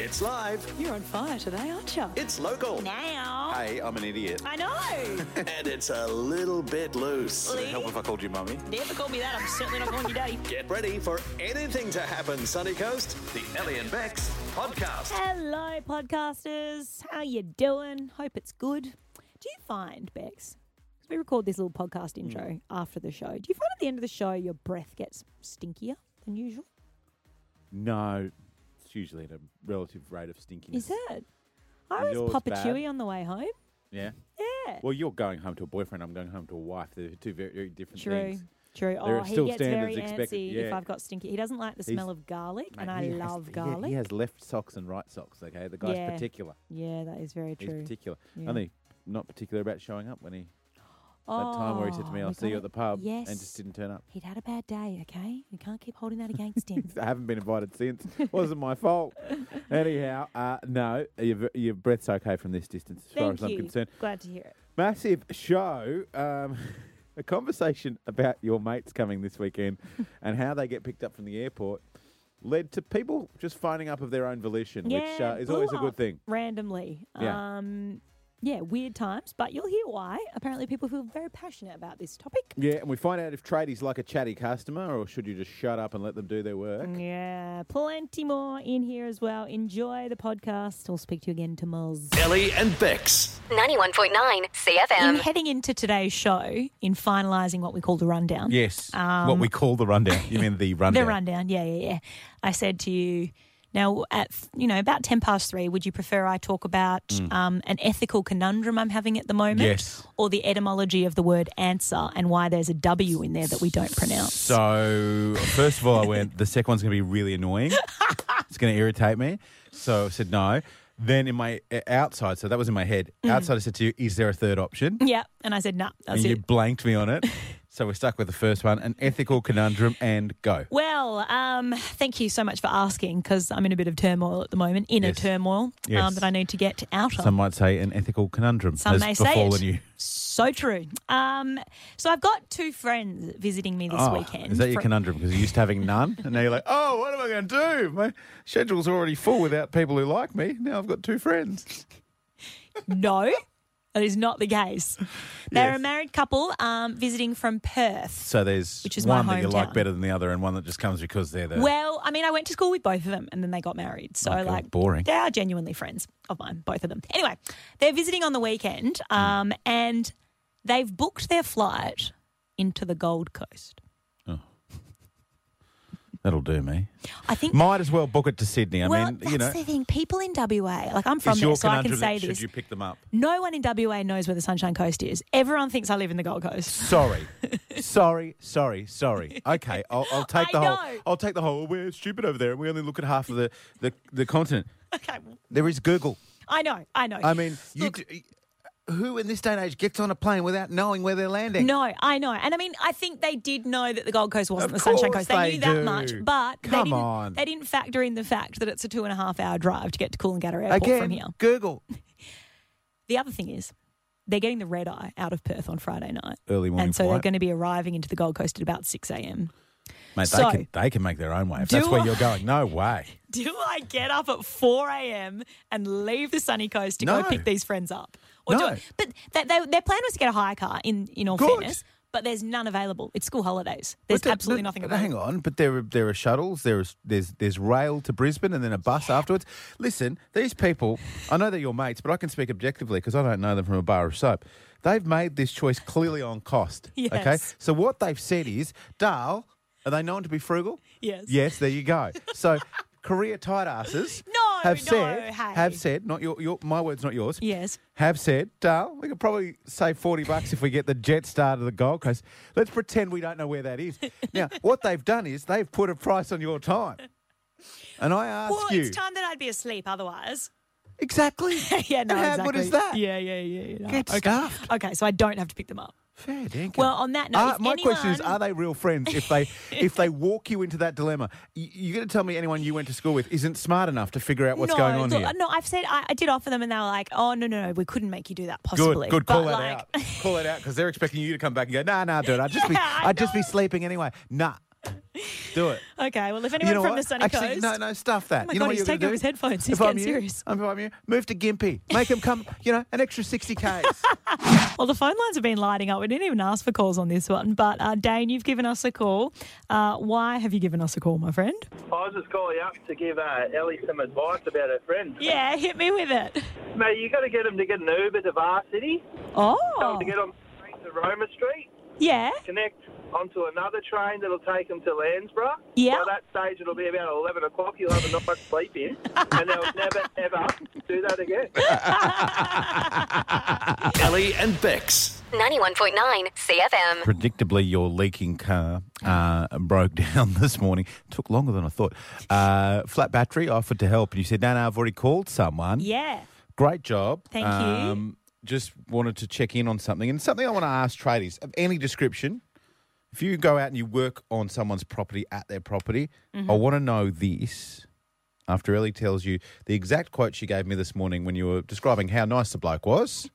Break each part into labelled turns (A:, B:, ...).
A: It's live.
B: You're on fire today, aren't you?
A: It's local.
B: Now.
A: Hey, I'm an idiot.
B: I know.
A: And it's a little bit loose.
B: Lee?
C: Help if I called you mummy.
B: Never call me that. I'm certainly not calling you daddy.
A: Get ready for anything to happen, Sunny Coast. The Ellie and Bex podcast.
B: Hello, podcasters. How you doing? Hope it's good. Do you find, Bex, 'cause we record this little podcast intro
D: Mm.
B: after the show, do you find at the end of the show your breath gets stinkier than usual?
D: No, it's usually at a relative rate of stinkiness.
B: Is it? I
D: Is
B: was
D: yours
B: Papa
D: bad?
B: Chewy on the way home.
D: Yeah.
B: Yeah.
D: Well, you're going home to a boyfriend. I'm going home to a wife. They're two very, very different
B: True.
D: things.
B: True.
D: There
B: Oh,
D: are
B: he
D: still
B: gets very
D: standards expected,
B: antsy if
D: yeah.
B: I've got stinky. He doesn't like the
D: He's-
B: smell of garlic, and
D: Mate,
B: I
D: he has-
B: love
D: he-
B: garlic.
D: He has left socks and right socks. Okay, the guy's
B: Yeah.
D: particular.
B: Yeah, that is very
D: He's
B: true.
D: particular.
B: Yeah.
D: Only not particular about showing up when he that time where he said to me,
B: Oh,
D: "I'll
B: we
D: see you
B: got
D: at the
B: it.
D: pub,"
B: Yes.
D: and just didn't turn up.
B: He'd had a bad day, okay? We can't keep holding that against him.
D: I haven't been invited since. Wasn't my fault. Anyhow, uh, no, your, your breath's okay from this distance, as far
B: Thank
D: as I'm
B: you.
D: concerned.
B: Glad to hear it.
D: massive show. Um, a conversation about your mates coming this weekend and how they get picked up from the airport led to people just phoning up of their own volition, which uh,
B: Yeah,
D: is
B: blew
D: always a
B: up
D: good thing.
B: Randomly.
D: Yeah.
B: Um, yeah, weird times, but you'll hear why. Apparently, people feel very passionate about this topic.
D: Yeah, and we find out if tradies like a chatty customer or should you just shut up and let them do their work.
B: Mm. Yeah, plenty more in here as well. Enjoy the podcast. I'll speak to you again tomorrow.
A: Ellie and Bex.
E: 91.9
B: In
E: CFM.
B: heading into today's show, in finalising what we call the rundown.
C: Yes. what we call the rundown. You mean the rundown?
B: Um, The rundown, yeah, yeah, yeah. I said to you, now at you know about ten past three, would you prefer I talk about um, an ethical conundrum I'm having at the moment,
C: Hmm. Yes.
B: or the etymology of the word answer and why there's a W in there that we don't pronounce?
C: So, first of all, I went, the second one's going to be really annoying. it's going to irritate me. So I said no. Then in my uh, outside, so that was in my head, outside I said to you, is there a third option?
B: yeah, and I said no, Mm. that's
C: and you
B: it.
C: blanked me on it. so we're stuck with the first one, an ethical conundrum and go.
B: Well, um, thank you so much for asking because I'm in a bit of turmoil at the moment, inner
C: Yes.
B: turmoil um,
C: Yes.
B: that I need to get out of.
C: Some might say an ethical conundrum
B: Some
C: has
B: may say
C: befallen
B: it.
C: you.
B: so true. Um, so I've got two friends visiting me this
C: Oh,
B: weekend.
C: Is that your
B: from-
C: conundrum? Because you're used to having none, and now you're like, oh, what am I going to do? My schedule's already full without people who like me. Now I've got two friends.
B: No, that is not the case. They're a
C: Yes.
B: married couple um, visiting from Perth.
C: So there's
B: Which is my
C: one that you
B: hometown.
C: like better than the other, and one that just comes because they're the.
B: Well, I mean, I went to school with both of them and then they got married. So,
C: Oh, God,
B: like,
C: boring.
B: they are genuinely friends of mine, both of them. Anyway, they're visiting on the weekend
C: Hmm.
B: um, and they've booked their flight into the Gold Coast.
C: That'll do me.
B: I think.
C: Might as well book it to Sydney. I
B: well,
C: mean,
B: that's
C: you know,
B: the thing. People in WA, like, I'm from
C: it's your
B: there, so I can
C: conundrum.
B: say
C: that-
B: this.
C: Should you pick them up?
B: No one in WA knows where the Sunshine Coast is. Everyone thinks I live in the Gold Coast.
C: Sorry, sorry, sorry, sorry. Okay, I'll, I'll take
B: I
C: the whole.
B: know.
C: I'll take the whole. "Oh, We're stupid over there, and we only look at half of the the, the continent.
B: Okay,
C: There is Google.
B: I know, I know.
C: I mean, you d- who in this day and age gets on a plane without knowing where they're landing?
B: No, I know. And I mean, I think they did know that the Gold Coast wasn't
C: Of
B: the Sunshine Coast.
C: course
B: They,
C: they
B: knew that
C: do.
B: much. But they
C: Come
B: didn't,
C: on.
B: they didn't factor in the fact that it's a two and a half hour drive to get to Coolangatta Airport
C: Again,
B: from here.
C: Google.
B: The other thing is, they're getting the red eye out of Perth on Friday night.
C: Early morning
B: And so they're
C: flight.
B: going to be arriving into the Gold Coast at about 6 a.m.
C: Mate,
B: So-
C: they, can, they can make their own way. If
B: Do
C: that's where
B: I-
C: you're going, no way.
B: Do I get up at 4 a.m. and leave the sunny coast to
C: No.
B: go pick these friends up? Or do
C: No.
B: I, but th- they, their plan was to get a hire car, in, in all
C: Good.
B: fairness. But there's none available. It's school holidays. There's
C: But the-
B: absolutely
C: the-
B: nothing
C: but
B: available.
C: Hang on, but there are there are shuttles. There is there's there's rail to Brisbane and then a bus afterwards. Listen, these people. I know they're your mates, but I can speak objectively because I don't know them from a bar of soap. They've made this choice clearly on cost. Okay,
B: Yes.
C: so what they've said is, Dale, are they known to be frugal?
B: Yes.
C: Yes. There you go. So. Career tight asses
B: No,
C: have
B: no,
C: said
B: hey.
C: have said not your, your my words not yours
B: Yes.
C: have said, Dale, we could probably save 40 bucks if we get the jet star to the Gold Coast. Let's pretend we don't know where that is. Now, what they've done is they've put a price on your time. And I ask
B: Well,
C: you,
B: it's time that I'd be asleep otherwise.
C: exactly.
B: yeah, no,
C: And how
B: exactly.
C: good is that?
B: Yeah, yeah, yeah. yeah, no.
C: Get stuffed.
B: Okay, so I don't have to pick them up.
C: Fair dinkum.
B: Well, on that note,
C: Are-
B: if
C: my question is:
B: anyone-
C: Are they real friends? If they if they walk you into that dilemma, y- you're going to tell me anyone you went to school with isn't smart enough to figure out what's
B: no,
C: going on
B: look,
C: here?
B: no, I've said I, I did offer them, and they were like, "Oh no, no, no, we couldn't make you do that possibly."
C: Good, good. Call
B: but
C: that
B: like,
C: out. Call it out because they're expecting you to come back and go, nah, nah, dude, I'd just be,
B: Yeah, I
C: I'd just be
B: know.
C: sleeping anyway. Nah. Do it.
B: Okay, well, if anyone from the sunny
C: Actually,
B: coast. Oh
C: No, no, stuff that.
B: my
C: you
B: God,
C: know what
B: he's
C: you're gonna
B: taking off
C: do?
B: his headphones. He's
C: if I'm
B: getting
C: you,
B: serious.
C: I'm- If I'm you, move to Gimpy. Make him come, you know, an extra 60Ks.
B: Well, the phone lines have been lighting up. We didn't even ask for calls on this one. But, uh, Dane, you've given us a call. Uh, why have you given us a call, my friend?
F: I was just calling up to give uh, Ellie some advice about her friend.
B: Yeah, hit me with it.
F: Mate, you got to get him to get an Uber to Varsity. Tell
B: Oh.
F: him to get on the train to Roma Street,
B: Yeah.
F: connect onto another train that'll take him to Landsborough.
B: Yeah.
F: By that stage, it'll be about 11 o'clock. You'll have a night's sleep in, and they'll never, ever do that again.
D: Ellie and Bex.
G: 91.9 CFM.
C: Predictably, your leaking car uh, broke down this morning. Took longer than I thought. Uh, flat battery offered to help, and you said, no, no, I've already called someone.
B: Yeah.
C: Great job.
B: Thank you.
C: you. Just wanted to check in on something, and something I want to ask tradies of any description. If you go out and you work on someone's property at their property,
B: Mm-hmm.
C: I want to know this. After Ellie tells you the exact quote she gave me this morning when you were describing how nice the bloke was,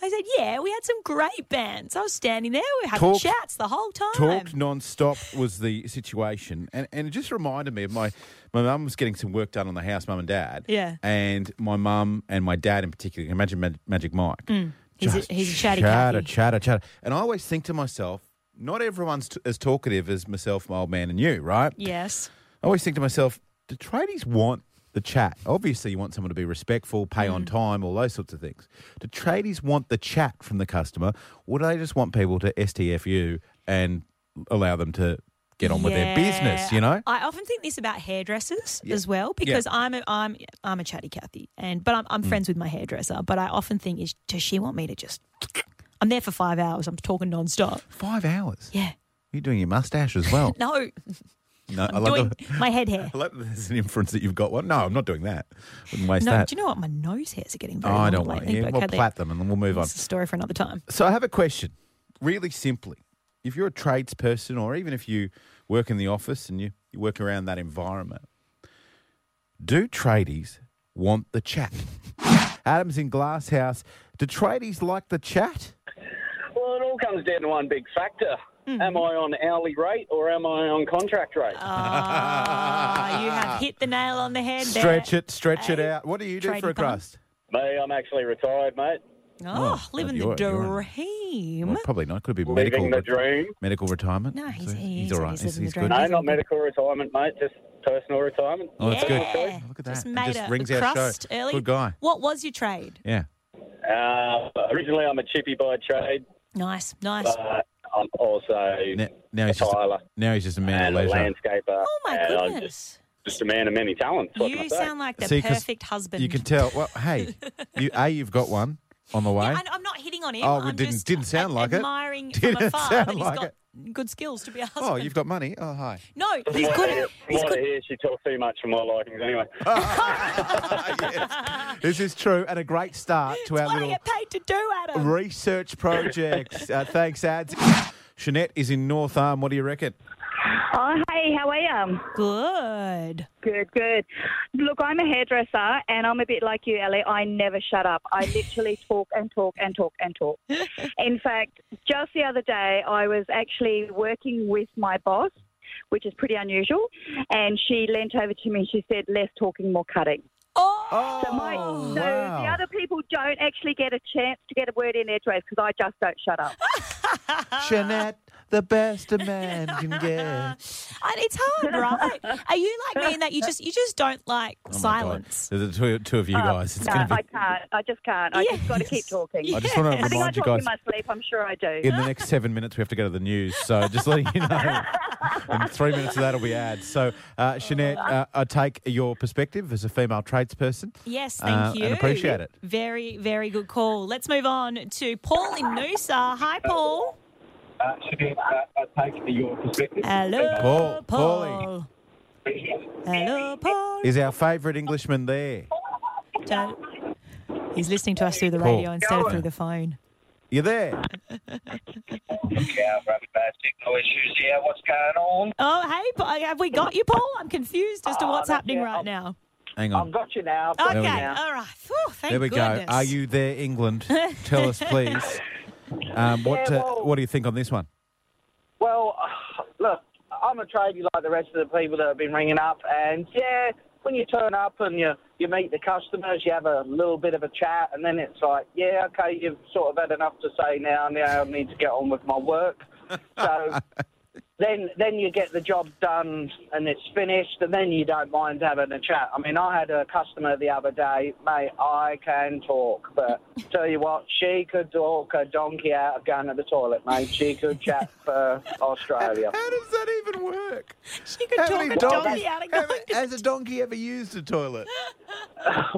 B: I said, yeah, we had some great bands. I was standing there. We had
C: Talked-
B: chats the whole time.
C: talked non-stop was the situation, and and it just reminded me of my my mum was getting some work done on the house, mum and dad,
B: Yeah.
C: and my mum and my dad in particular. Imagine Mag- Magic Mike.
B: Mm. He's a-
C: Just
B: he's a chatty
C: chatter,
B: Cathy.
C: chatter, chatter. And I always think to myself, not everyone's t- as talkative as myself, my old man, and you, right?
B: Yes.
C: I always think to myself, do tradies want the chat? Obviously, you want someone to be respectful, pay
B: Mm.
C: on time, all those sorts of things. Do tradies want the chat from the customer, or do they just want people to STFU and allow them to get on with their business?
B: Yeah.
C: You know,
B: I often think this about hairdressers as well because I'm a, I'm I'm a chatty Cathy, and but I'm, I'm
C: Mm.
B: friends with my hairdresser. But I often think is does she want me to just? I'm there for five hours. I'm talking nonstop.
C: five hours.
B: Yeah.
C: You're doing your mustache as well.
B: No,
C: no,
B: I'm doing my head hair.
C: I like that there's an inference that you've got one. No, I'm not doing that. Wouldn't waste
B: No,
C: that.
B: do you know what? My nose hairs are getting
C: oh,
B: very long
C: I don't want
B: lately.
C: you.
B: but
C: We'll
B: okay,
C: plat them and then we'll move on.
B: That's a story for another time.
C: So I have a question, really simply. If you're a tradesperson, or even if you work in the office and you, you work around that environment, do tradies want the chat? Adam's in Glasshouse. Do tradies like the chat?
H: Well, it all comes down to one big factor.
C: Mm-hmm.
H: Am I on hourly rate or am I on contract rate?
C: Uh.
B: Ah, you have hit the nail on the head. there.
C: Stretch it, stretch it
B: Hey,
C: out. What do you do
B: tradie
C: for a
B: bun.
C: crust?
H: Me, I'm actually retired, mate.
B: Oh,
C: Oh,
B: living
C: you're-
B: the
C: you're-
B: dream.
C: Well, probably not. Could be medical
H: Living the
C: re-
H: dream.
C: medical retirement.
B: No, he's-
C: So
B: he is-
C: all right.
B: he's
C: He's,
B: living
C: he's
B: the
C: good.
B: dream.
H: No, not medical retirement, mate. Just personal retirement.
C: Oh, that's good.
B: Yeah.
C: Look at that.
B: Just
C: And
B: made
C: just
B: a
C: rings
B: a
C: our show.
B: crust early.
C: Good guy.
B: What was your trade?
C: Yeah.
H: Uh, originally, I'm a chippy by trade,
B: Nice, nice.
C: Uh,
H: but I'm also
C: Now, now
H: a
C: he's just a,
H: tiler
C: now he's just a man
H: and
C: of
H: a
C: leisure.
H: landscaper.
B: oh my
H: and I'm
B: goodness.
H: Just, just a man of many talents. What
B: You
H: can I say?
B: sound like the
C: See, 'cause
B: perfect husband.
C: You can tell. Well, hey, you, a you've got one on the way.
B: I, am not hitting on him.
C: Oh,
B: I'm
C: well, didn't-
B: just
C: didn't sound
B: a-
C: like it.
B: admiring
C: Didn't
B: from afar
C: sound
B: that he's
C: like
B: got good skills to be a husband.
C: oh, you've got money. Oh, hi.
B: no, he's good. At,
H: From
B: he's
H: what I
B: good.
H: hear, she talks too much for my likings anyway.
I: Uh,
C: Oh, Yes. This is true, and a great start to our
B: What do I
C: little
B: get paid to do, Adam?
C: research project. Uh, thanks, ads. Jeanette is in North Arm. What do you reckon?
J: Oh, hey, how are you?
B: Good.
J: Good, good. Look, I'm a hairdresser and I'm a bit like you, Ellie. I never shut up. I literally talk and talk and talk and talk. In fact, just the other day, I was actually working with my boss, which is pretty unusual, and she leant over to me and she said, less talking, more cutting.
B: Oh,
J: So, my,
C: Oh,
J: so the other people don't actually get a chance to get a word in edgeways because I just don't shut up.
B: Ah.
C: Jeanette, the best a man can get.
B: and it's hard, right? Are you like me in that you just you just don't like
C: Oh
B: silence? Uh,
C: There's the two, two of you guys. It's
J: no,
C: going to
J: I
C: be.
J: can't. I just can't. I
B: Yes.
J: just got to keep talking.
C: I just want to
J: I think I
C: remind you
J: talk
C: guys.
J: in my sleep. I'm sure I do.
C: in the next seven minutes, we have to go to the news. So just letting you know. And three minutes of that will be ads. So, uh, Jeanette, uh, I take your perspective as a female tradesperson.
B: Yes,
C: uh,
B: thank you.
C: And appreciate it.
B: Very, very good call. Let's move on to Paul in Noosa. Hi, Paul.
I: Uh, Sinead, uh, I take your perspective.
B: Hello,
C: Paul,
B: Paul. Hello, Paul.
C: Is our favourite Englishman there?
B: Don't- He's listening to us through the
C: Paul.
B: radio instead of through the phone.
C: You there?
I: Yeah, I've got bad signal issues here. What's going on?
B: Oh, hey, Pa- have we got you, Paul? I'm confused as to
I: Oh,
B: what's
I: that's
B: happening
I: it.
B: right
I: I'm-
B: now.
C: Hang
I: I've
C: on.
I: got you now. I've got
B: Okay,
C: we
I: you
C: go.
I: now.
B: all right. Phew, thank
C: There we
B: goodness.
C: go. Are you there, England? Tell us, please. Um, what
I: Yeah,
C: uh,
I: well-
C: What do you think on this one?
I: Well, uh, look,
F: I'm a tradie like the rest of the people that have been ringing up, and yeah, when you turn up and you you meet the customers, you have a little bit of a chat, and then it's like, yeah, okay, you've sort of had enough to say now. Now I need to get on with my work. So then then you get the job done and it's finished, and then you don't mind having a chat. I mean, I had a customer the other day, mate. I can talk, but tell you what, she could talk a donkey out of going to the toilet, mate. She could chat for
I: Oh,
F: Australia.
C: How does that even work?
B: She could
C: How
B: talk
C: many
B: a
C: donkeys-
B: donkey out of
C: how
B: going
C: many- Has a donkey ever used a toilet?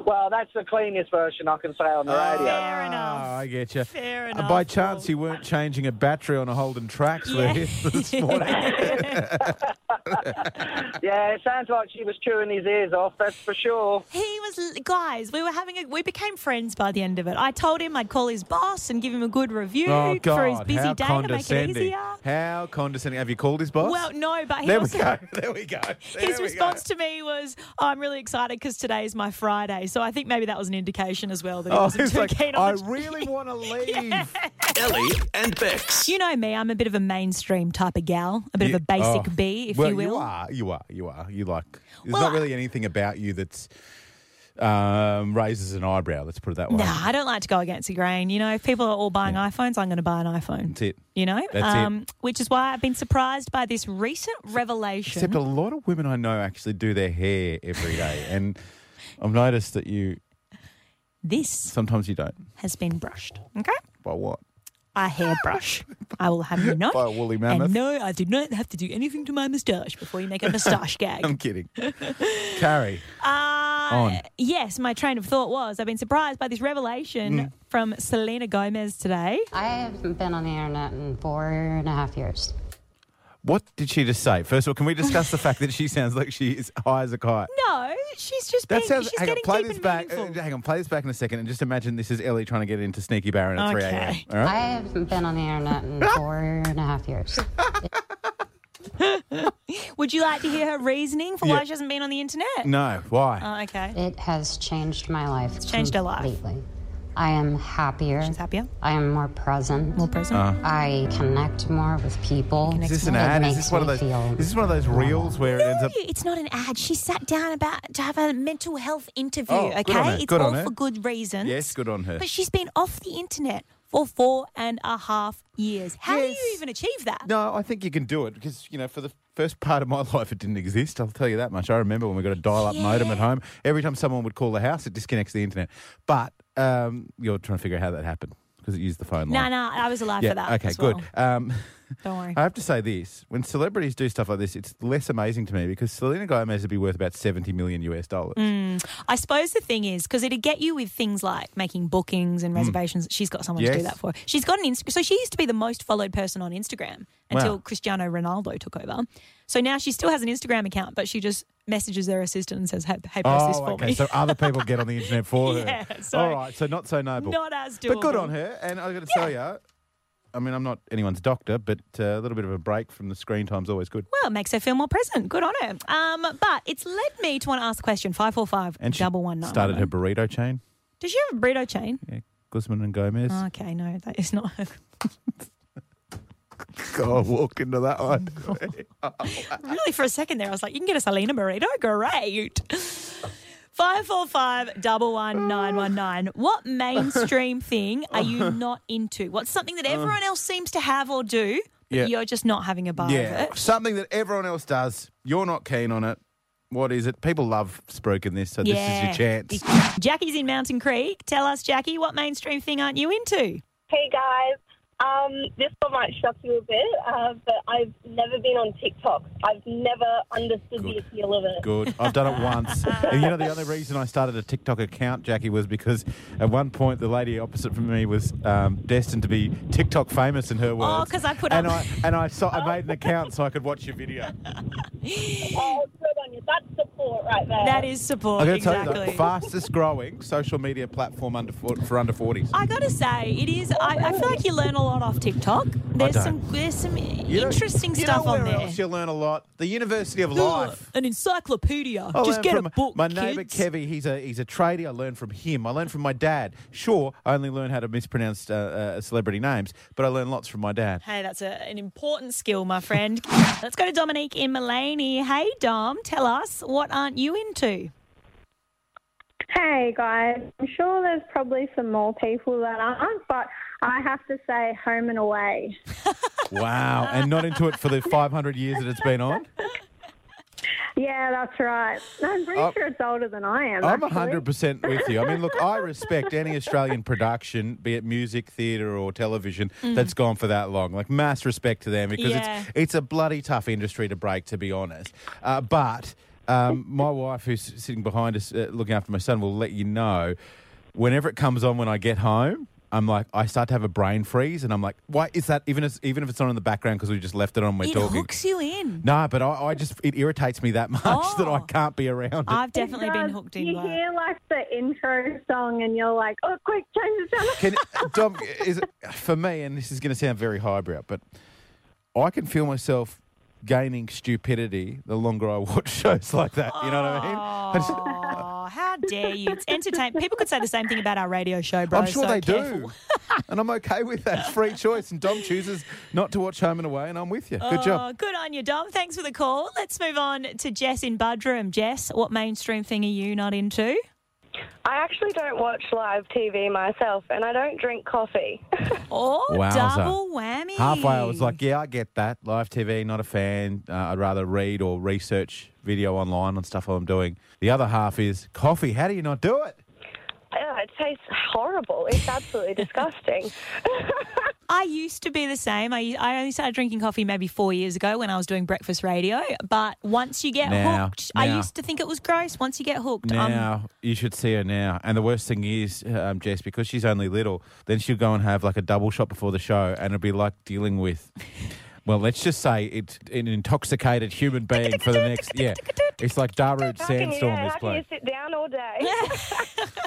F: Well, that's the cleanest version I can say on the radio.
B: Fair enough.
C: Ah, I get you.
B: Fair
C: Uh,
B: enough.
C: by chance,
B: Paul.
C: you weren't changing a battery on a Holden Trax were you, this morning.
H: Ah.
F: Yeah, it sounds like she was chewing his ears off, that's for sure.
B: He was guys. We were having a. We became friends by the end of it. I told him I'd call his boss and give him a good review
C: Oh
B: for his
C: God!
B: busy
C: how
B: day to make it
C: condescending!
B: easier.
C: How condescending! Have you called his boss?
B: Well, no, but he
C: there
B: also
C: we go. There we go. There
B: his
C: we
B: response
C: go.
B: to me was, oh, "I'm really excited because today is my Friday." So I think maybe that was an indication as well that he
C: Oh,
B: wasn't
C: he's
B: too
C: like,
B: keen
C: I
B: on. the-
C: really want to leave.
A: Ellie and Bex.
B: you know me. I'm a bit of a mainstream type of gal, a bit of a basic
C: Oh.
B: bee, if
C: well,
B: you will.
C: are, you are, you are. You like. There's
B: Well,
C: not really anything about you that's um, raises an eyebrow. Let's put it that way.
B: Nah, I don't like to go against the grain. You know, if people are all buying iPhones, I'm going to buy an iPhone.
C: That's it.
B: You know, um,
C: That's it.
B: which is why I've been surprised by this recent revelation.
C: Except a lot of women I know actually do their hair every day, and I've noticed that you
B: this
C: sometimes you don't.
B: has been brushed. Okay?
C: By what?
B: A hairbrush. I will have you know.
C: By a woolly mammoth.
B: And no, I did not have to do anything to my moustache before you make a moustache gag.
C: I'm kidding. Carrie.
B: Uh,
C: On.
B: yes, my train of thought was I've been surprised by this revelation
C: Hmm.
B: from Selena Gomez today.
K: I haven't been on the internet in four and a half years.
C: What did she just say? First of all, can we discuss the fact that she sounds like she is high as a kite?
B: No, she's just
C: That
B: being,
C: sounds.
B: she's
C: hang on,
B: getting
C: play
B: deep
C: this
B: and
C: back. uh,
B: meaningful.
C: hang on, play this back in a second, and just imagine this is Ellie trying to get into Sneaky Baron at
B: Okay.
C: three a.m. All right.
K: I haven't been on the internet in four and a half years.
B: Would you like to hear her reasoning for
C: Uh, Yeah.
B: why she hasn't been on the internet?
C: No, why?
B: Oh, okay.
K: It has changed my life. It's
B: changed her life.
K: Completely. I am happier.
B: She's happier.
K: I am more present.
B: More present.
K: I connect more with people.
C: is this
K: It
C: an ad? Is
K: makes
C: this one of
K: me
C: those?
K: feel
C: Is this one of those reels where it ends
B: No,
C: up?
B: it's not an ad. She sat down about to have a mental health interview.
C: Oh,
B: okay,
C: good on her.
B: it's
C: Good on
B: all
C: her.
B: for good reasons.
C: Yes, good on her.
B: But she's been off the internet for four and a half years. How do you
C: Yes.
B: even achieve that?
C: No, I think you can do it because you know for the first part of my life it didn't exist. I'll tell you that much. I remember when we got a dial-up modem at home. Every time someone would call the house, it disconnects the internet. But um, you're trying to figure out how that happened because it used the phone
B: No,
C: line.
B: no, I was alive
C: Yeah.
B: for that.
C: okay.
B: as
C: Good.
B: well.
C: Um,
B: Don't worry.
C: I have to say this: when celebrities do stuff like this, it's less amazing to me because Selena Gomez would be worth about seventy million US dollars.
B: Mm, I suppose the thing is because it'd get you with things like making bookings and reservations. She's got someone to do
C: Hmm. Yes.
B: that for. She's got an Insta- so she used to be the most followed person on Instagram until
C: Wow.
B: Cristiano Ronaldo took over. So now she still has an Instagram account, but she just messages her assistant and says, "Hey, hey post this for
C: Oh, okay.
B: me."
C: So other people get on the internet for
B: Yeah,
C: her.
B: so-
C: All right. So not so noble.
B: Not as doable.
C: But good on her. And I've got to tell you, I mean, I'm not anyone's doctor, but uh, a little bit of a break from the screen time's always good.
B: Well, it makes her feel more present. Good on her. Um, but it's led me to want to ask a question. Five four five
C: And she
B: double one nine.
C: started her burrito chain.
B: Does she have a burrito chain?
C: Yeah, Guzman and Gomez.
B: Okay, no, that is not. her.
C: God, walk into that one.
B: Really, for a second there, I was like, you can get a Selena burrito? Great. 545 11919. What mainstream thing are you not into? What's something that everyone else seems to have or do, but
C: Oh. Yeah.
B: you're just not having a bar
C: yeah,
B: of it?
C: something that everyone else does. You're not keen on it. What is it? People love spoken this, so this is your chance.
B: Jackie's in Mountain Creek. Tell us, Jackie, what mainstream thing aren't you into?
L: Hey guys, um, this one might shock you a bit, uh, but I've never been on TikTok. I've never understood
C: Good.
L: the appeal of it.
C: Good. I've done it once. and you know, the only reason I started a TikTok account, Jackie, was because at one point the lady opposite from me was um, destined to be TikTok famous in her words.
B: Oh, 'cause I put
C: and
B: up-
C: I and I, saw, I made an account so I could watch your video.
L: Oh, good on you. That's support right there.
B: That is support.
C: I'm going to
B: exactly.
C: tell you the fastest
B: Ah,
C: growing social media platform under for, for under 40s.
B: I gotta say, it is. I, I feel like you learn a lot off TikTok. There's
C: don't.
B: some there's some
C: You know-
B: interesting
C: you know
B: stuff on
C: where
B: there.
C: Else you learn a lot. The University of
B: Ugh,
C: Life.
B: An encyclopedia.
C: I
B: Just
C: learned
B: get a
C: from
B: book.
C: My neighbour
B: kids.
C: Kevy, he's a he's a tradie. I learned from him. I learned from my dad. Sure, I only learned how to mispronounce uh, uh, celebrity names, but I learned lots from my dad.
B: Hey, that's a, an important skill, my friend. Let's go to Dominique in Mullaney. Hey, Dom, tell us what aren't you into?
M: Hey guys, I'm sure there's probably some more people that aren't, but I have to say home and away.
C: Wow, and not into it for the 500 years that it's been on.
M: Yeah, that's right. I'm pretty
C: Oh.
M: sure it's older than I am.
C: I'm
M: actually.
C: 100% with you. I mean, look, I respect any Australian production, be it music, theatre, or television,
M: Mhm.
C: that's gone for that long. Like, mass respect to them because
M: Yeah.
C: it's, it's a bloody tough industry to break, to be honest. Uh, but um, my wife, who's sitting behind us uh, looking after my son, will let you know whenever it comes on when I get home. I'm like, I start to have a brain freeze, and I'm like, why is that? Even if, even if it's not in the background because we just left it on, we're
B: it
C: talking.
B: hooks you in.
C: No, but I, I just it irritates me that much that I can't be around. it.
B: I've definitely been hooked in.
M: You
B: by it.
M: hear like the intro song and you're like, oh, quick, change the channel.
C: Can Dom, is it, for me, and this is going to sound very highbrow, but I can feel myself gaining stupidity the longer I watch shows like that. You know what I mean? I just-
B: Oh, how dare you? It's entertainment. People could say the same thing about our radio show, bro.
C: I'm sure
B: so
C: they
B: careful.
C: do, and I'm okay with that. It's Free choice, and Dom chooses not to watch Home and Away, and I'm with you. Good
B: Oh,
C: job.
B: Good on you, Dom. Thanks for the call. Let's move on to Jess in Budroom. Jess, what mainstream thing are you not into?
N: I actually don't watch live TV myself, and I don't drink coffee.
B: oh,
C: Wowza.
B: double whammy.
C: Halfway, I was like, "Yeah, I get that. Live TV, not a fan. Uh, I'd rather read or research video online on stuff I'm doing." The other half is coffee. How do you not do it?
N: Yeah, it tastes horrible. It's absolutely disgusting.
B: I used to be the same. I, I only started drinking coffee maybe four years ago when I was doing breakfast radio. But once you get
C: Now,
B: hooked, I
C: now.
B: used to think it was gross. Once you get hooked, um,
C: Now you should see her now. And the worst thing is, um, Jess, because she's only little, then she'll go and have like a double shot before the show, and it'll be like dealing with. Well, let's just say it's an intoxicated human being for the next. Yeah, it's like Darude sandstorm.
N: yeah,
C: This
N: how can you
C: place.
N: sit down all day?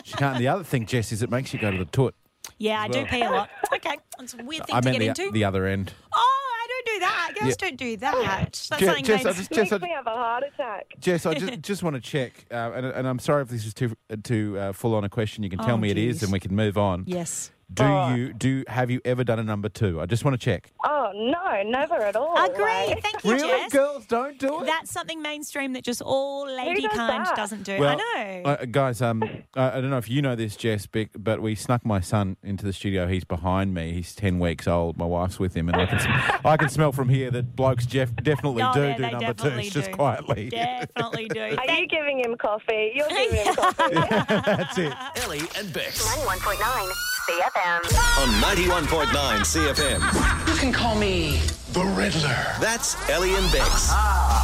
C: She can't. The other thing, Jess, is it makes you go to the toilet.
B: yeah, I
C: as
B: do
C: well.
B: pee a lot. Okay, it's a weird thing
C: I
B: to
C: meant
B: get
C: the,
B: into.
C: the other end.
B: Oh, I don't do that. Girls
C: Yeah.
B: don't do that. That's
C: Je-
B: something
C: Jess,
B: they-
C: I just- Jess, I- Makes me
N: have a heart attack.
C: Jess, I just, just want to check, uh, and, and I'm sorry if this is too too uh, full on a question. You can tell
B: Oh,
C: me it is,
B: geez.
C: and we can move on.
B: Yes.
C: Do you do have you ever done a number two? I just want to check.
N: Oh no, never at all.
B: Agree.
N: Like-
B: Thank you,
C: Really?
B: Jess.
C: Girls don't do it?
B: That's something mainstream that just all lady
N: does
B: kind
N: that?
B: doesn't do.
C: Well,
B: I know.
C: Uh, guys, um, I, I don't know if you know this, Jess, Bick, but we snuck my son into the studio. He's behind me. He's ten weeks old. My wife's with him, and I can sm- I can smell from here that blokes Jeff definitely
N: Oh,
C: do
N: yeah,
C: do
N: they
C: number
N: definitely
C: two. It's just
N: do.
C: quietly.
B: Definitely do.
N: Are you giving him coffee? You're giving him coffee.
C: That's it.
A: Ellie and Bex
G: 91.9 CFM.
A: on 91.9 CFM.
O: You can call me the Riddler.
A: That's Ellie and Bex.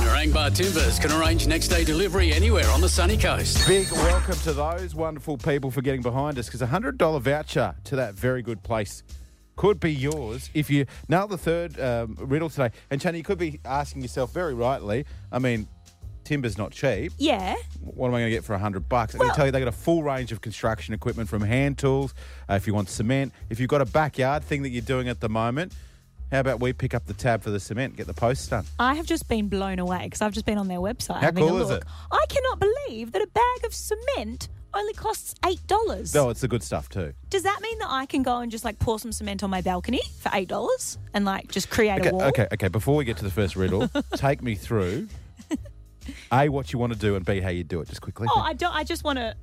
P: Narangba Timbers can arrange next day delivery anywhere on the sunny coast.
C: Big welcome to those wonderful people for getting behind us because a hundred dollar voucher to that very good place could be yours if you nail the third um, riddle today. And Chani, you could be asking yourself very rightly. I mean, timber's not cheap.
B: Yeah.
C: What am I going to get for a hundred bucks? I'm going to tell you they got a full range of construction equipment from hand tools. Uh, if you want cement, if you've got a backyard thing that you're doing at the moment, how about we pick up the tab for the cement, get the posts done?
B: I have just been blown away because I've just been on their website.
C: How
B: having a
C: cool is
B: look.
C: it?
B: I cannot believe that a bag of cement only costs eight dollars.
C: No, it's the good stuff too.
B: Does that mean that I can go and just like pour some cement on my balcony for eight dollars and like just create
C: okay,
B: a wall?
C: Okay, okay. Before we get to the first riddle, take me through A, what you want to do, and B, how you do it, just quickly.
B: Oh, I don't. I just want to.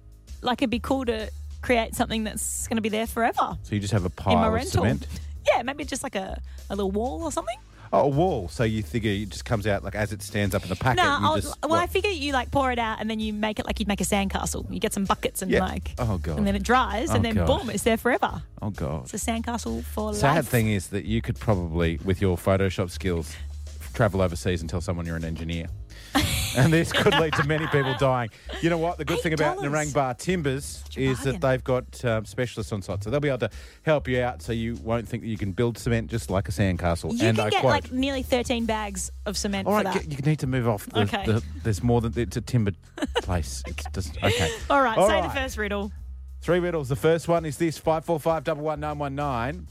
B: Like, it'd be cool to create something that's going to be there forever.
C: so you just have a
B: in
C: pile
B: my
C: of
B: rental.
C: cement.
B: Yeah, maybe just like a, a little wall or something.
C: Oh, a wall. So you figure it just comes out like as it stands up in the packet.
B: no,
C: you
B: I'll,
C: just,
B: well, I figure you like pour it out and then you make it like you'd make a sandcastle. You get some buckets and
C: Yeah.
B: like,
C: Oh, God.
B: and then it dries and
C: Oh,
B: then
C: God.
B: boom, it's there forever.
C: oh, God.
B: It's a sandcastle for
C: Sad
B: life.
C: thing is that you could probably, with your Photoshop skills, travel overseas and tell someone you're an engineer. and this could lead to many people dying. You know what? The good thing about Narangba Timbers is that they've got um, specialists on site, so they'll be able to help you out, so you won't think that you can build cement just like a sandcastle.
B: You
C: and
B: can
C: I
B: get
C: quote.
B: like nearly 13 bags of cement
C: all
B: for
C: right,
B: that.
C: get- you need to move off. The,
B: Okay.
C: the- there's more than it's a timber place. It's just okay.
B: All right,
C: All
B: say
C: right.
B: the first riddle.
C: Three riddles. The first one is this: five four five double one nine one nine.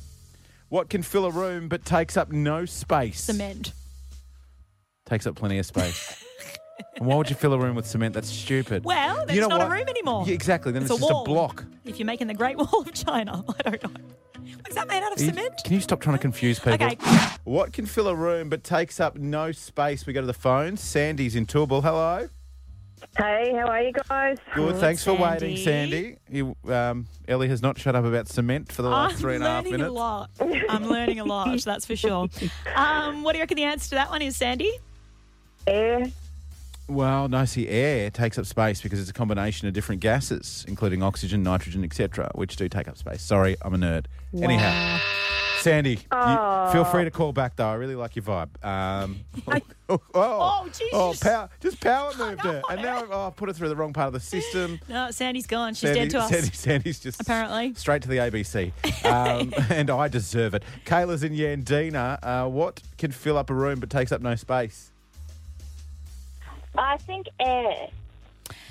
D: What can fill a room but takes up no space?
B: Cement.
C: Takes up plenty of space. and why would you fill a room with cement? That's stupid.
B: Well, then
C: You
B: it's
C: know
B: not a
C: what?
B: room anymore.
C: Yeah, exactly. Then it's, just
B: wall.
C: a block.
B: If you're making the Great Wall of China, I don't know. Is that made out of
C: Are you-
B: cement?
C: can you stop trying to confuse people?
B: Okay.
C: What can fill a room but takes up no space? We go to the phone. Sandy's in Toowoomba. Hello.
Q: Hey, how are you guys?
C: Good. Thanks for waiting, Sandy. You, um, Ellie has not shut up about cement for the last
B: I'm
C: three and a half
B: learning a
C: minutes.
B: lot. I'm learning a lot, that's for sure. Um, what do you reckon the answer to that one is, Sandy?
Q: Air.
C: Well, no, see, air takes up space because it's a combination of different gases, including oxygen, nitrogen, etc., which do take up space. Sorry, I'm a nerd. Anyhow, Sandy, you, feel
Q: Oh.
C: free to call back though. I really like your vibe. Um, oh,
B: Oh, Jesus.
C: oh, power, just power moved her, and now I've oh, I've put her through the wrong part of the system.
B: No, Uh, Sandy's gone. She's
C: Sandy,
B: dead to us.
C: Sandy, Sandy's just
B: Apparently.
C: straight to the ABC, um, and I deserve it. Kayla's in Yandina. Uh, what can fill up a room but takes up no space?
R: I think air.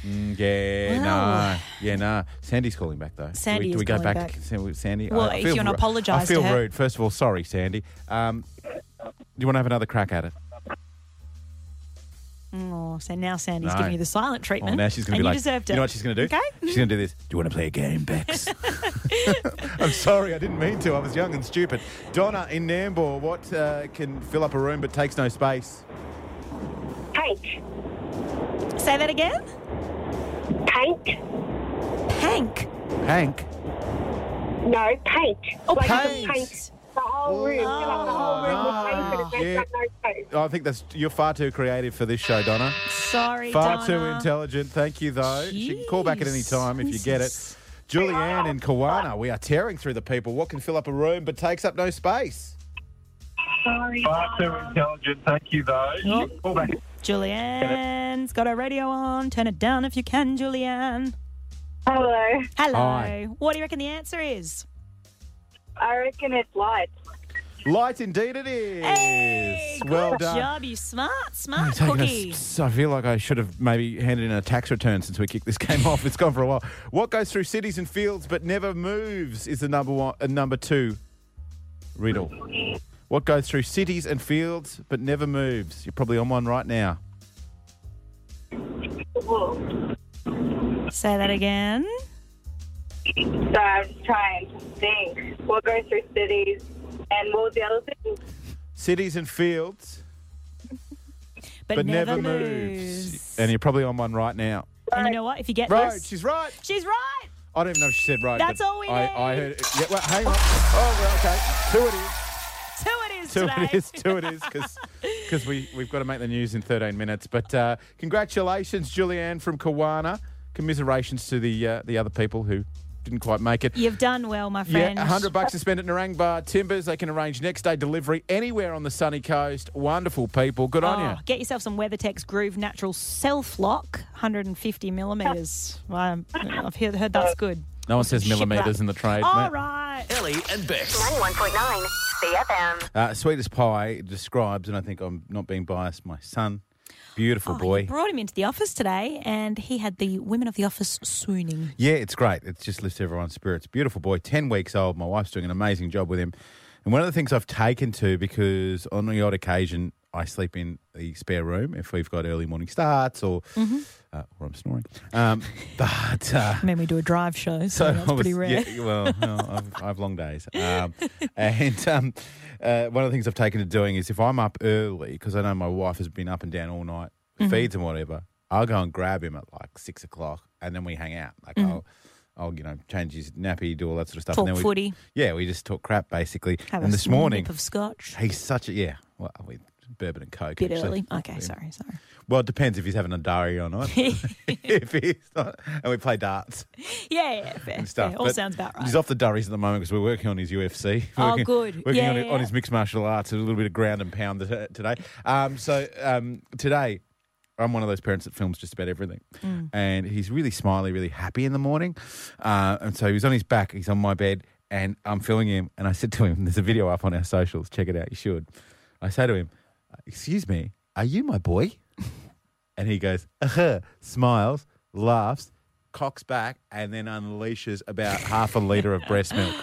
C: Mm, yeah, no,
B: Well.
C: yeah, no. Sandy's calling back though.
B: Sandy
C: do we, do
B: is
C: we go
B: calling
C: back,
B: back.
C: to Sandy? Sandy?
B: Well, if you wanna
C: ru- I
B: apologise to
C: feel
B: her.
C: rude. First of all, sorry, Sandy. Um, do you want to have another crack at it?
B: Oh, so now Sandy's
C: No.
B: giving you the silent treatment.
C: Oh, now she's
B: Mm-hmm. and
C: going to be
B: you
C: like,
B: deserved it.
C: you know what she's going to do?
B: Okay.
C: She's going to do this. Do you want to play a game, Bex? I'm sorry, I didn't mean to. I was young and stupid. Donna in Nambour, what uh, can fill up a room but takes no space?
R: Hank.
B: Say that again.
R: Paint.
B: Hank.
C: Hank.
R: No, paint.
B: Oh,
R: like
C: paint.
R: The paint. The whole room. Fill up the whole room with paint and it takes up no space.
C: I think that's you're far too creative for this show, Donna.
B: Sorry,
C: Far
B: Donna.
C: too intelligent. Thank you, though. She can call back at any time if you get it. Julianne in Kiwana, we are tearing through the people. What can fill up a room but takes up no space?
R: Sorry.
H: Far too intelligent, thank you though.
B: Oh.
H: Call back.
B: Julianne's got her radio on. Turn it down if you can, Julianne.
N: Hello.
B: Hello.
C: Hi.
B: What do you reckon the answer is?
N: I reckon it's light.
C: Light indeed it is. well
B: Good
C: done.
B: job, you smart,
C: I'm
B: smart
C: taking a
B: cookie.
C: s- I feel like I should have maybe handed in a tax return since we kicked this game off. It's gone for a while. What goes through cities and fields but never moves is the number one, uh, number two riddle. What goes through cities and fields but never moves? You're probably on one right now.
B: Say that again.
N: So I'm trying to think. What goes through cities and what was the other thing?
C: Cities and fields
B: But, never, moves.
C: And you're probably on one right now.
B: And you know what? If you get
C: Road,
B: this,
C: she's right.
B: She's right.
C: I don't even know if she said right.
B: That's
C: but
B: all we
C: I, I
B: need.
C: heard it. Yeah, well, hang on. Oh, well, okay. Two it is.
B: Two it is
C: Two
B: today.
C: it is. Two it is. Because. because we, we've got to make the news in 13 minutes. But uh, congratulations, Julianne from Kiwana. Commiserations to the uh, the other people who didn't quite make it.
B: You've done well, my
C: Yeah,
B: friend.
C: 100 bucks to spend at Narang Bar Timbers. They can arrange next day delivery anywhere on the sunny coast. Wonderful people. Good on
B: Oh, Get yourself some WeatherTex Groove Natural Self Lock, 150 millimeters. Well, I'm- I've heard, heard that's good.
C: you. No one says millimetres in the trade.
B: All
C: mate.
B: right.
A: Ellie and Bex.
G: 91.9 CFM.
C: Uh, Sweetest Pie describes, and I think I'm not being biased, my son. Beautiful boy.
B: Oh, Brought him into the office today, and he had the women of the office swooning.
C: Yeah, it's great. It just lifts everyone's spirits. Beautiful boy, 10 weeks old. My wife's doing an amazing job with him. And one of the things I've taken to because on the odd occasion, I sleep in the spare room if we've got early morning starts or, uh, or I'm snoring. Um, but uh,
B: I mean, we do a drive show, so,
C: so
B: that's
C: I was-
B: pretty rare.
C: yeah, well, no, I've, I've long days. Um, and um, uh, one of the things I've taken to doing is if I'm up early, because I know my wife has been up and down all night,
B: Mm-hmm.
D: Mhm.
C: feeds and whatever, I'll go and grab him at like six o'clock and then we hang out. Like
B: Mhm.
C: I'll, I'll, you know, change his nappy, do all that sort of stuff.
B: Talk
C: and then
B: footy.
C: We, yeah, we just talk crap basically.
B: Have
C: and
B: a
C: this morning,
B: nip of scotch.
C: he's such a, yeah, well, we, bourbon and coke.
B: Bit
C: actually.
B: early. Okay,
C: Yeah.
B: sorry, sorry.
C: Well, it depends if he's having a diary or not. if he's not, and we play darts
B: Yeah, yeah, fair.
C: and stuff.
B: fair. All
C: But
B: sounds about right.
C: He's off the durries at the moment because we're working on his UFC.
B: Oh,
C: Working-
B: good.
C: Working
B: Yeah,
C: on,
B: yeah,
C: his- on
B: yeah.
C: his mixed martial arts, a little bit of ground and pound t- today. Um, so um, today, I'm one of those parents that films just about everything.
D: Mm.
C: And he's really smiley, really happy in the morning. Uh, and so he's on his back, he's on my bed, and I'm filming him. And I said to him, There's a video up on our socials, check it out, you should. I say to him, Excuse me, are you my boy? And he goes, uh smiles, laughs, cocks back, and then unleashes about half a litre of breast milk.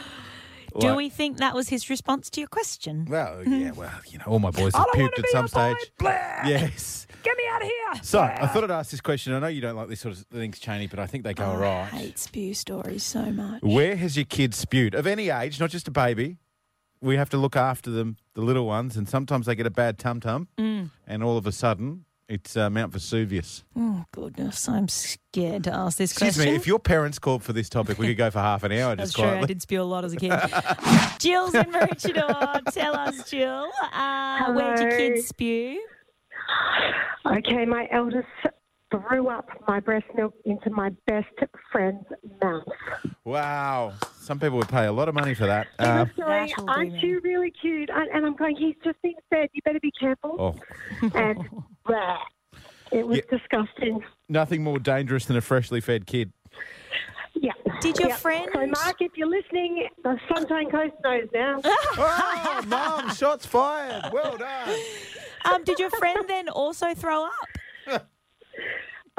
B: Do
C: Like-
B: we think that was his response to your question?
C: Well, yeah, well, you know, all my boys
B: I
C: have
B: don't wanna
C: puked at
B: be
C: some
B: a
C: stage.
B: boy,
C: Yes.
B: Get me out of here.
C: So I thought I'd ask this question. I know you don't like these sort of things, Cheney, but I think they go all
B: Oh, I
C: right.
B: hate spew stories so much.
C: Where has your kid spewed? Of any age, not just a baby. We have to look after them, the little ones, and sometimes they get a bad tum tum,
B: Mm.
C: and all of a sudden it's uh, Mount Vesuvius.
B: Oh goodness, I'm scared to ask this
C: Excuse
B: question.
C: me, if your parents called for this topic, we could go for half an hour
B: That's
C: just
B: true. I
C: quietly.
B: did spew a lot as a kid. Jill's in Maroochydore. Tell us, Jill, uh, where did your
R: Hello.
B: kids spew?
R: Okay, my eldest threw up my breast milk into my best friend's mouth.
C: Wow. Some people would pay a lot of money for that. Um,
R: Sorry, aren't you really cute? And, and I'm going, he's just been fed. You better be careful.
C: oh,
R: And bleh, it was disgusting.
C: nothing more dangerous than a freshly fed kid.
R: Yeah.
B: Did your
R: Yeah.
B: friend-
R: So, Mark, if you're listening, the Sunshine Coast knows now.
C: oh, Mom, shots fired. Well done.
B: Um, did your friend then also throw up?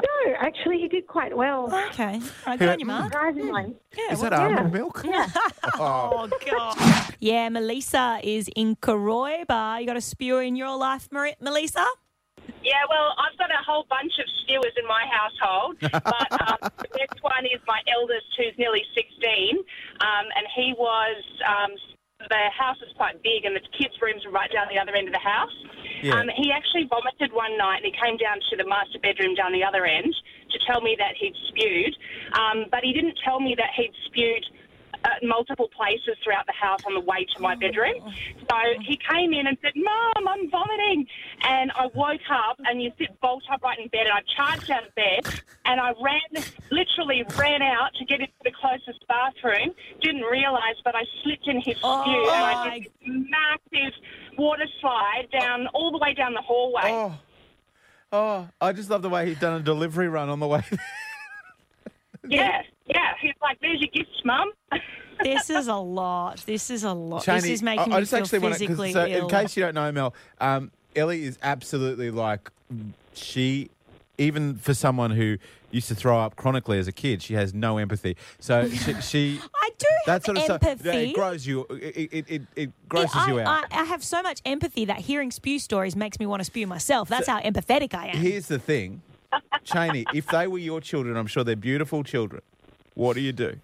R: No, actually, he did quite well.
B: Okay. I
C: He went, "Mm,
R: Mm-hmm. Surprisingly.
B: Yeah,
C: Is that
B: well,
C: almond milk?
B: Yeah.
C: Oh.
B: God. yeah, Melissa is in Karoiba. You got a spew in your life, Mar- Melissa?
J: Yeah, well, I've got a whole bunch of skewers in my household, but um, the best one is my eldest, who's nearly 16, um, and he was. Um, the house is quite big, and the kids' rooms are right down the other end of the house.
S: Yeah.
J: Um, he actually vomited one night, and he came down to the master bedroom down the other end to tell me that he'd spewed, um, but he didn't tell me that he'd spewed at multiple places throughout the house on the way to my bedroom. So he came in and said, Mom, I'm vomiting. And I woke up and you sit bolt upright in bed and I charged out of bed and I ran, literally ran out to get into the closest bathroom. Didn't realise, but I slipped in his
B: Oh,
J: shoe and I
B: my-
J: did this massive water slide down all the way down the hallway.
C: Oh, I just love the way he'd done a delivery run on the way.
J: Yeah, yeah. He's like, There's your gifts, Mum.
B: This is a lot. This is a lot. this
C: Chaney,
B: is making
C: I, I
B: me
C: just
B: feel
C: actually wanna- 'cause-
B: physically
C: so
B: ill.
C: In case you don't know, Mel, um, Ellie is absolutely like she. Even for someone who used to throw up chronically as a kid, she has no empathy. So she, she
B: I do have
C: that sort of
B: empathy.
C: stuff. yeah, It grows you. It it, it, it grosses
B: I,
C: you out.
B: I, I have so much empathy that hearing spew stories makes me want to spew myself. That's how empathetic I am.
C: Here's the thing, Cheney. if they were your children, I'm sure they're beautiful children. What do you do?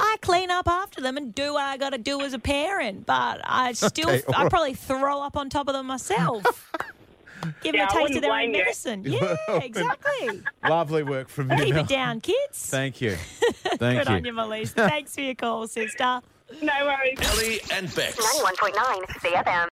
B: I clean up after them and do what I got to do as a parent, but I still,
C: Okay, all
B: I
C: right.
B: probably throw up on top of them myself. Give
J: Yeah,
B: them
J: I
B: a taste
J: wouldn't
B: of their
J: blame
B: own
J: you.
B: medicine. Yeah,
C: Well,
B: exactly.
C: Lovely work from you.
B: Keep
C: Mel.
B: it down, kids.
C: Thank you. Thank
B: Good
C: you.
B: on you, Melissa. Thanks for your call, sister.
J: No worries.
P: Ellie and Bex.
G: 91.9 CFM.